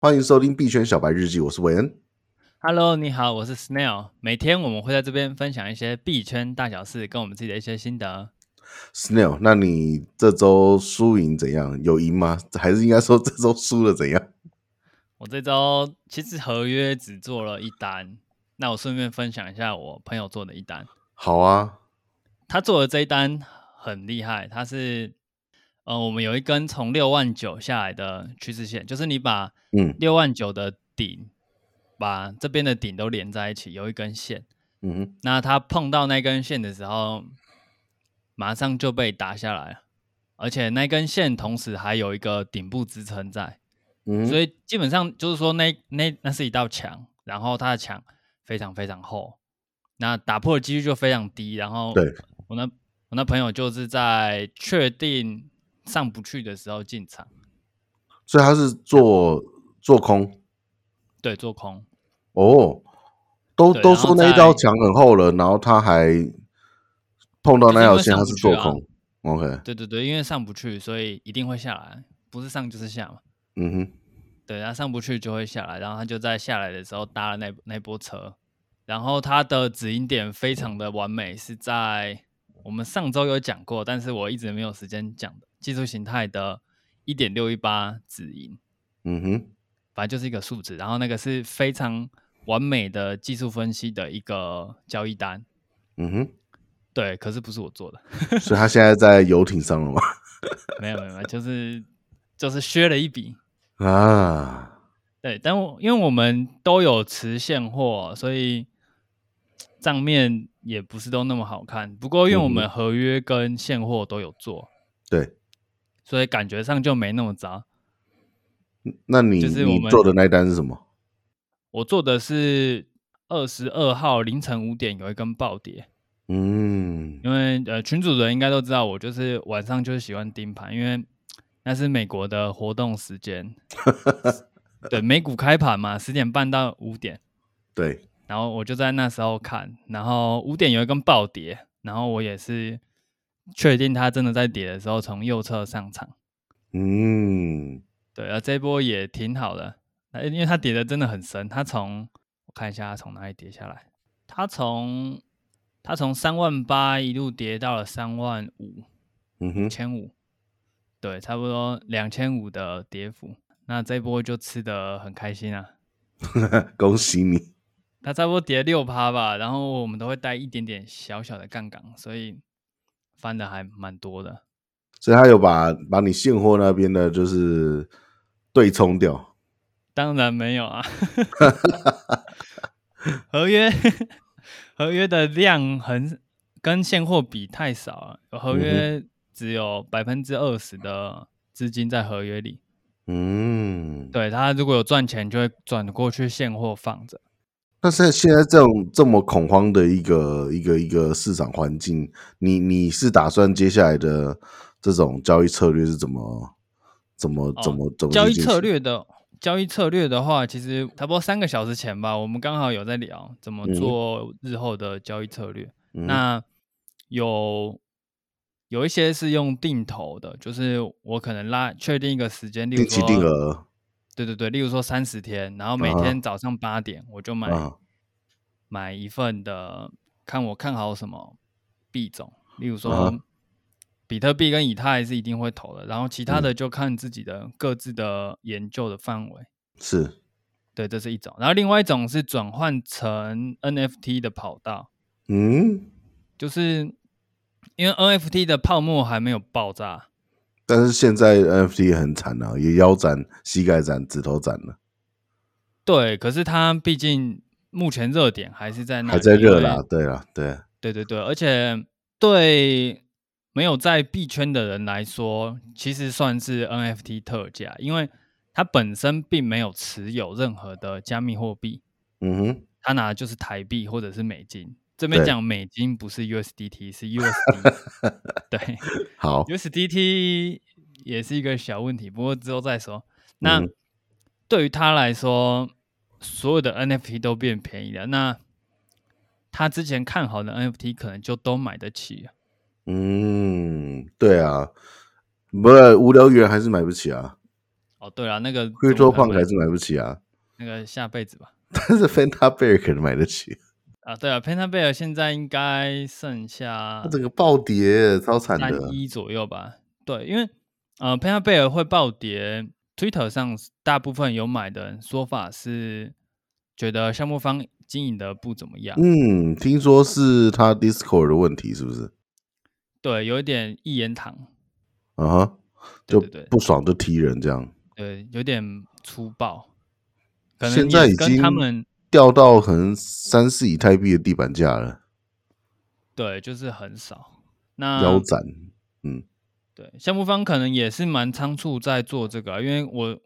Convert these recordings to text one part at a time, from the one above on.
欢迎收听币圈小白日记，我是韦恩。 Hello，你好，我是 Snail。每天我们会在这边分享一些币圈大小事，跟我们自己的一些心得。 Snail，那你这周输赢怎样？有赢吗？还是应该说这周输了怎样？我这周其实合约只做了一单，那我顺便分享一下我朋友做的一单。好啊，他做的这一单很厉害，他是呃，我们有一根从六万九下来的趋势线，就是你把嗯六万九的顶，把这边的顶都连在一起，有一根线。嗯哼，那他碰到那根线的时候，马上就被打下来了，而且那根线同时还有一个顶部支撑在，嗯所哼，以基本上就是说那那那是一道墙，然后它的墙非常非常厚，那打破的几率就非常低。然后对我那我那朋友就是在确定上不去的时候进场，所以他是做做空对，做空，哦，都对都然后说那一在道墙很厚了，然后他还碰到那条线，就是因为上他不是做去啊空。OK，对对对，因为上不去，所以一定会下来，不是上就是下嘛。嗯哼，对，他上不去就会下来，然后他就在下来的时候搭了那那波车，然后他的止盈点非常的完美，是在我们上周有讲过，但是我一直没有时间讲的技术形态的一点六一八止盈，嗯哼，反正就是一个数值，然后那个是非常完美的技术分析的一个交易单，嗯哼，对，可是不是我做的，所以他现在在游艇上了 吗？没有没有没有，就是就是削了一笔，啊，对，但我因为我们都有持现货，所以账面也不是都那么好看。不过因为我嗯们合约跟现货都有做，对，所以感觉上就没那么杂。那你就是你我们做的那一单是什么？我做的是二十二号凌晨五点有一根暴跌，嗯因为呃群主人应该都知道，我就是晚上就是喜欢盯盘，因为那是美国的活动时间，对，美股开盘嘛，十点半到五点。对，然后我就在那时候看，然后五点有一根暴跌，然后我也是确定它真的在跌的时候从右侧上场，嗯，对，而这一波也挺好的，呃因为它跌的真的很深，它从我看一下它从哪里跌下来，它从它从三万八一路跌到了三万五嗯哼，千五，对，差不多两千五的跌幅，那这一波就吃的很开心啊。 恭喜你。它差不多跌六趴吧，然后我们都会带一点点小小的杠杆，所以翻的还蛮多的。所以他有把把你现货那边的，就是对冲掉。当然没有啊，合约合约的量很跟现货比太少了，合约只有百分之二十的资金在合约里。嗯，。对他如果有赚钱，就会转过去现货放着。但是现在这种这么恐慌的一个一个一个市场环境，你你是打算接下来的这种交易策略是怎么怎么哦怎么怎么去交易进策行？略的交易策略的话，其实差不多三个小时前吧，我们刚好有在聊怎么嗯做日后的交易策略。嗯那有有一些是用定投的，就是我可能拉确定一个时间，例定如期说定额对对对，例如说三十天，然后每啊哈天早上八点我就买、啊，买一份的，看我看好什么币种，例如啊说比特币跟以太是一定会投的，然后其他嗯的就看自己的各自的研究的范围。是对，这是一种。然后另外一种是转换成 NFT 的跑道，嗯，就是因为 NFT 的泡沫还没有爆炸，但是现在 NFT 很惨啊，也腰斩、膝盖斩、指头斩了，对，可是它毕竟目前热点还是在那里，还在热啦因为。对啦，对，啊对对对，而且对没有在币圈的人来说，其实算是 NFT 特价，因为它本身并没有持有任何的加密货币，嗯哼，他拿的就是台币或者是美金。这边对讲美金不是 USDT，是 USD。对 好， ，USDT 也是一个小问题，不过之后再说。那、嗯对于他来说，所有的 NFT 都变便宜了，那他之前看好的 NFT 可能就都买得起了。嗯，对啊，不是无聊猿还是买不起啊，哦，对了，那个 Crypto 怎么 Punk 可能还是买不起啊，那个下辈子吧。但是 Fanta Bear 可能买得起。啊，对啊，佩纳贝尔现在应该剩下它整个暴跌，超惨啊三的。一左右吧。对，因为呃，佩纳贝尔会暴跌，Twitter 上大部分有买的人说法是觉得项目方经营的不怎么样，嗯，听说是它 Discord 的问题，是不是？对，有一点一言堂，啊哈，就对对对不爽就踢人这样。对，有点粗暴，可能现在也已跟经他们掉到可能三四以太币的地板价了，对就是很少。那腰斩。对，项目方可能也是蛮仓促在做这个啊、因为我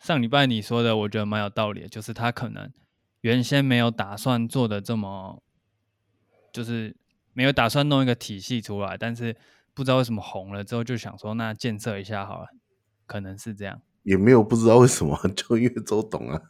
上礼拜你说的，我觉得蛮有道理的，就是他可能原先没有打算做的这么，就是没有打算弄一个体系出来，但是不知道为什么红了之后就想说，那建设一下好了，可能是这样。也没有不知道为什么， 就因为周董啊。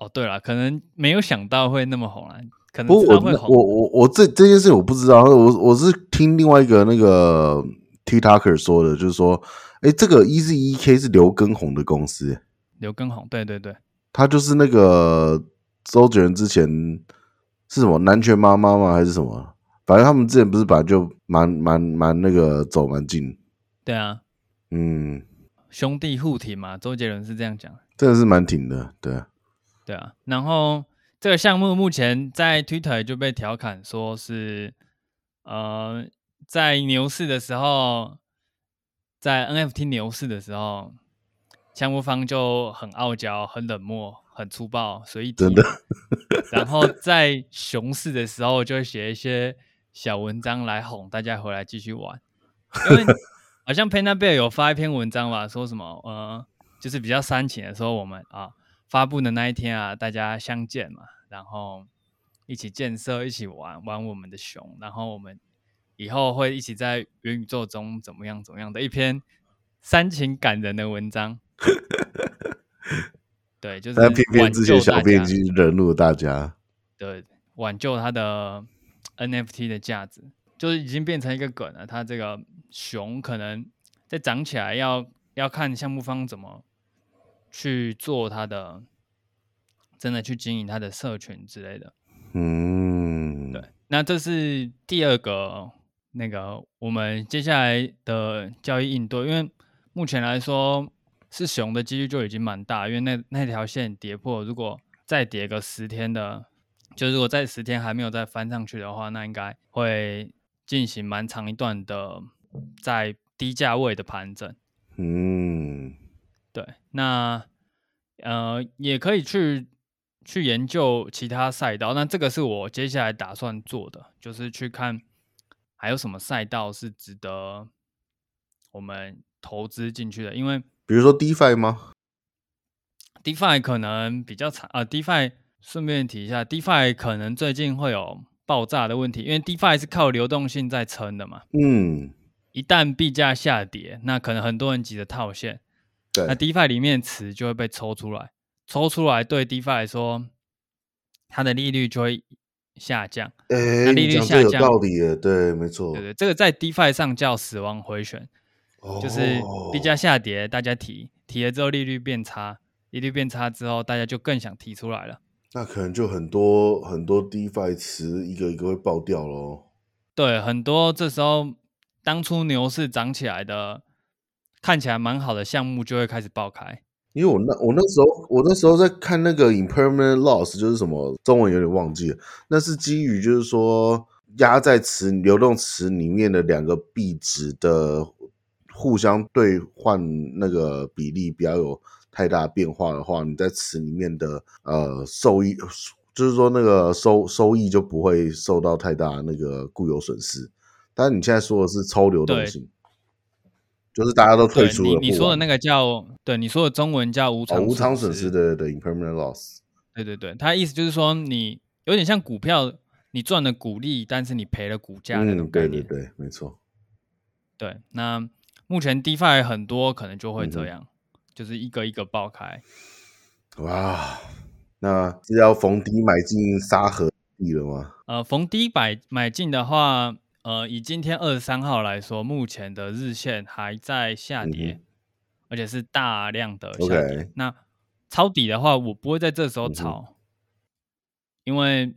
哦，对了，可能没有想到会那么红啊，可能不知过道我会那红，我我我这这件事情我不知道，我我是听另外一个那个 TikToker 说的，就是说，哎，这个 e z e k 是刘畊宏的公司，刘畊宏，对对对，他就是那个周杰伦之前是什么南拳妈妈吗？还是什么？反正他们之前不是本来就蛮蛮蛮那个走蛮近，对啊，嗯，兄弟互挺嘛，周杰伦是这样讲的。真的是蛮挺的，对啊，对啊，然后这个项目目前在 Twitter 就被调侃说是，呃，在牛市的时候，在 NFT 牛市的时候，项目方就很傲娇、很冷漠、很粗暴、随意真的。然后在熊市的时候，就会写一些小文章来哄大家回来继续玩，因为好像 Panda Bear 有发一篇文章吧，说什么呃，就是比较煽情的说我们啊。发布的那一天啊，大家相见嘛，然后一起建设，一起玩玩我们的熊，然后我们以后会一起在元宇宙中怎么样怎么样的一篇煽情感人的文章。 对，就是但偏偏挽之救前大小便已家经惹怒了大家，对挽救它的 NFT 的价值，就是已经变成一个梗了。它这个熊可能在涨起来要，要看项目方怎么去做它的，真的去经营它的社群之类的。嗯，对，那这是第二个那个我们接下来的交易应对，因为目前来说是熊的几率就已经蛮大，因为那那条线跌破，如果再跌个十天的，就如果在十天还没有再翻上去的话，那应该会进行蛮长一段的在低价位的盘整。嗯，对，那呃也可以去去研究其他赛道。那这个是我接下来打算做的，就是去看还有什么赛道是值得我们投资进去的。因为比如说 DeFi 吗？ DeFi 可能比较惨啊、d e f i 顺便提一下，DeFi 可能最近会有爆炸的问题，因为 DeFi 是靠流动性在撑的嘛。嗯，一旦币价下跌，那可能很多人急着套现，对那 DeFi 里面的词就会被抽出来，抽出来对 DeFi 来说，它的利率就会下降。哎那利你率讲下这有降道理耶，对，没错，对对，这个在 DeFi 上叫死亡回旋，就是币价哦下跌，大家提，提了之后利率变差，利率变差之后，大家就更想提出来了。那可能就很多很多 DeFi 词一个一个会爆掉喽。对，很多这时候当初牛市涨起来的，看起来蛮好的项目就会开始爆开。因为我那我那时候我那时候在看那个 impermanent loss，就是什么中文有点忘记了，那是基于就是说压在池流动池里面的两个币值的互相兑换那个比例不要有太大变化的话，你在池里面的呃受益，就是说那个收收益就不会受到太大那个固有损失。但你现在说的是超流动对性，就是大家都退对出你了，你不说的玩那个叫对你说的中文叫无哦，偿无偿损失失的的 impermanent loss。对对对，他意思就是说你有点像股票，你赚了股利，但是你赔了股价那种嗯，对对概念。对，没错。对那目前 DeFi 很多可能就会嗯这哼样，就是一个一个爆开。哇，那是要逢低买进沙河地了吗？呃，逢低买买进的话，呃，以今天二十三号来说，目前的日线还在下跌，而且是大量的嗯下跌。OK，那抄底的话，我不会在这时候嗯哼抄，因为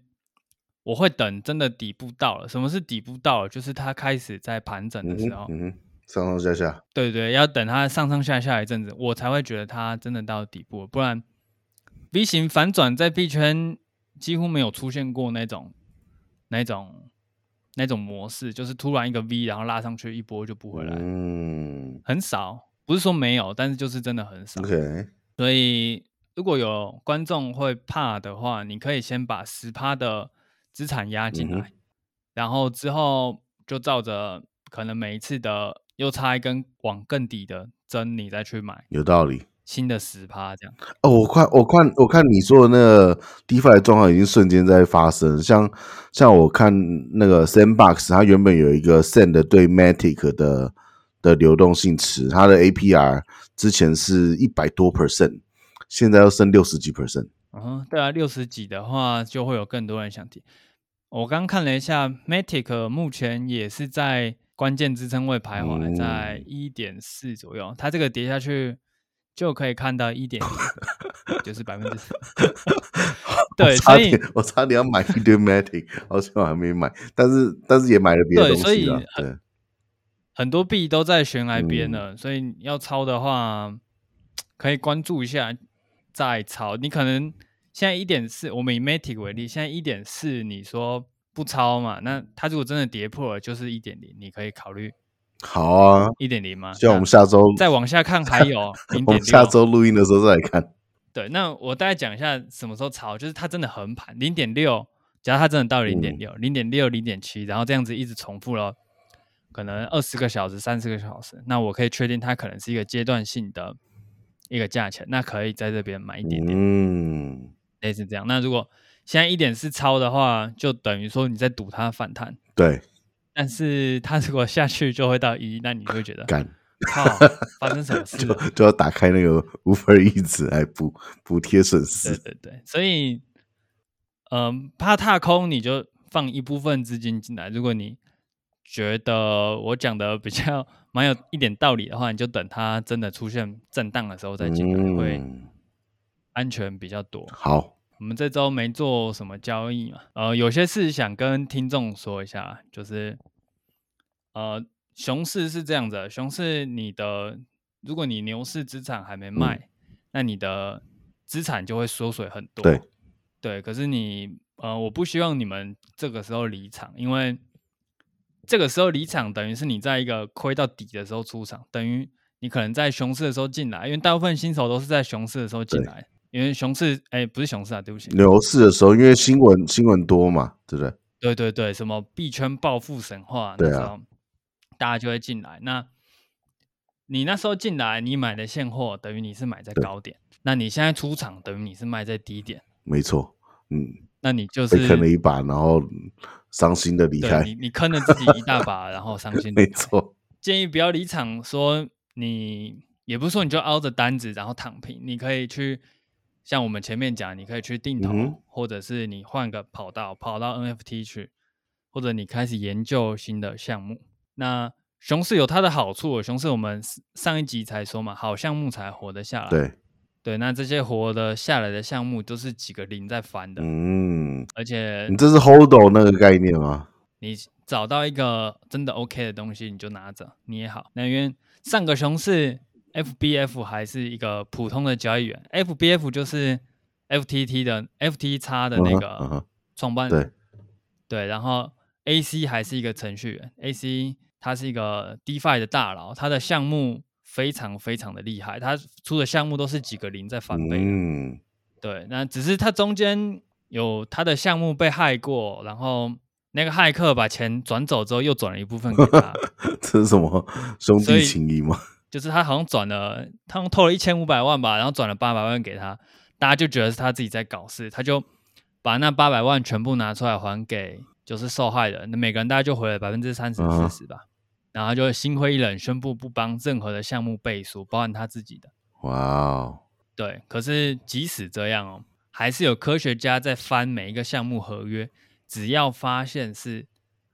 我会等真的底部到了。什么是底部到了？就是它开始在盘整嗯的时哼候，，嗯哼，上上下下，对对，要等它上上下下一阵子，我才会觉得它真的到底部了，不然 V 型反转在币圈几乎没有出现过那种、那种、那种模式，就是突然一个 V，然后拉上去一波就不回来，嗯很少。不是说没有，但是就是真的很少。 ，OK，所以如果有观众会怕的话，你可以先把十趴的资产压进来，嗯然后之后就照着可能每一次的又差一根往更底的针，你再去买有道理。新的十趴这样。哦，我看，我看，我看你说的那个 DeFi 的状况已经瞬间在发生，像像我看那个 Sandbox，它原本有一个 Send 对 Matic 的的流动性池，它的 APR 之前是一百多 percent，现在要升六十几 percent。嗯，对啊，六十几的话就会有更多人想提。我刚看了一下，Matic 目前也是在关键支撑位徘徊，在嗯一点四左右。它这个跌下去就可以看 到一点，就是百分之四。对，我差所以点我差点要买一堆 Matic，好 像我还没买，但是但是也买了别的对东所西以了。呃对，很多币都在悬崖边嗯了，所以要抄的话，可以关注一下再抄。你可能现在一点四，我们以 Matic 为例，现在一点四，你说不抄嘛？那它如果真的跌破了，就是一点零，你可以考虑好啊，一点零吗？希望我们下周那再往下看还有 零我点们下六。周录音的时候再来看。对，那我大概讲一下什么时候抄，就是它真的横盘零点六，假如它真的到零嗯点六、零点六、零点七，然后这样子一直重复了，可能二十个小时、三十个小时，那我可以确定它可能是一个阶段性的一个价钱，那可以在这边买一点点，嗯，类似这样。那如果现在一点是抄的话，就等于说你在赌它反弹，对，啊但是它如果下去就会到一，那你就会觉得干。靠，发生什么事就了？就要打开那个 Uber Eats 来补补贴损失对。对对，所以，嗯，怕踏空，你就放一部分资金进来。如果你觉得我讲的比较蛮有一点道理的话，你就等它真的出现震荡的时候再进来，会嗯，安全比较多。好，我们这周没做什么交易嘛，呃，有些事想跟听众说一下，就是，呃，熊市是这样子的，熊市你的，如果你牛市资产还没卖，那你的资产就会缩水很嗯多，对，对，可是你，呃，我不希望你们这个时候离场，因为这个时候离场等于是你在一个亏到底的时候出场，等于你可能在熊市的时候进来，因为大部分新手都是在熊市的时候进对来。因为熊市，哎、不是熊市啊，对不起，牛市的时候，因为新闻新闻多嘛，对不对？对对对，什么币圈暴富神话，对那时啊候大家就会进来。那你那时候进来，你买的现货等于你是买在对高点，那你现在出场等于你是卖在低点，没错，嗯，那你就是被坑了一把，然后伤心的离对开，你你坑了自己一大把，然后伤 心。没，错，建议不要离场，说你也不是说你就凹着单子然后躺平，你可以去像我们前面讲，你可以去定投，嗯哼或者是你换个跑道跑到 NFT 去，或者你开始研究新的项目。那熊市有它的好处，熊市我们上一集才说嘛，好项目才活得下来。对，对那这些活得下来的项目都是几个零在翻的，嗯，而且你这是 Hold 那个概念吗？你找到一个真的 OK 的东西，你就拿着，你也好。那因为上个熊市 FBF 还是一个普通的交易员，FBF 就是 FTT 的 FT x 的嗯哼那嗯个哼创办人，对，对，然后 AC 还是一个程序员，AC 他是一个 DeFi 的大佬，他的项目非常非常的厉害，他出的项目都是几个零在翻倍的，嗯， 对，那只是他中间有他的项目被害过，然后那个骇客把钱转走之后，又转了一部分给他，这是什么兄所以弟情谊吗？ 就是他好像转了，他好像偷了一千五百万吧，然后转了八百万给他，大家就觉得是他自己在搞事，他就把那八百万全部拿出来还给就是受害人，那每个人大概就回了百分之三十嗯四十吧，然后他就心灰意冷，宣布不帮任何的项目背书，包含他自己的。哇哦，对，可是即使这样哦，还是有科学家在翻每一个项目合约，只要 发现是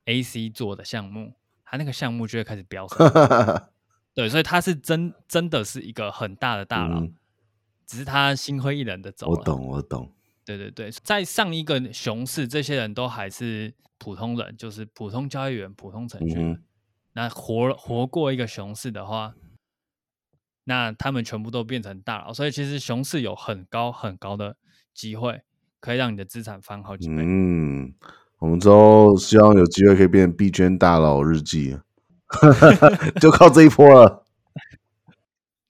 AC 做的项目，他那个项目就会开始飙升。对，所以他是真真的是一个很大的大佬，嗯只是他心灰意冷的 走我了。懂，我懂。对对对，在上一个熊市，这些人都还是普通人，就是普通交易员、普通程嗯序员。哼，那活活过一个熊市的话，那他们全部都变成大佬，所以其实熊市有很高很高的机会，可以让你的资产翻好几倍。嗯，我们之后希望有机会可以变成币圈大佬日记， 就靠这一波了。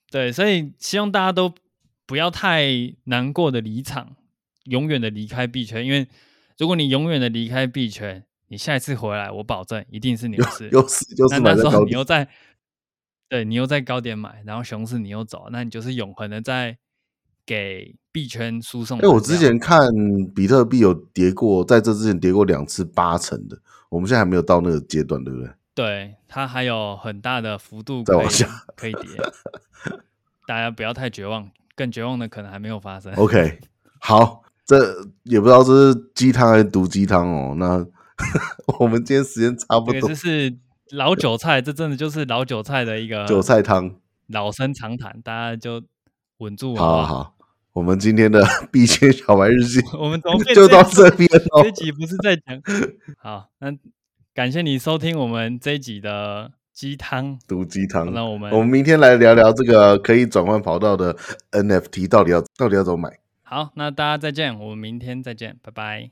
对，所以希望大家都不要太难过的离场，永远的离开币圈，因为如果你永远的离开币圈，你下一次回来，我保证一定是牛市。又是又是那买那在时高候你点，又在，对你又在高点买，然后熊市你又走，那你就是永恒的在给币圈输送哎、能量。我之前看比特币有跌过，在这之前跌过两次八成的，我们现在还没有到那个阶段，对不对？对它还有很大的幅度再可以往下可以跌，大家不要太绝望，更绝望的可能还没有发生。 OK，好，这也不知道这是鸡汤还是毒鸡汤哦。那 我们今天时间差不这个多就，是老韭菜，这真的就是老韭菜的一个韭菜汤。老生常谈，大家就稳住好好不好，我们今天的 币圈小白日记 我们怎么变就到成这边哦这一。集不是在讲好，那感谢你收听我们这一集的鸡汤。毒鸡汤。那我们我们明天来聊聊这个可以转换跑道的 NFT 到底要到底要怎么买。好，那大家再见，我们明天再见，拜拜。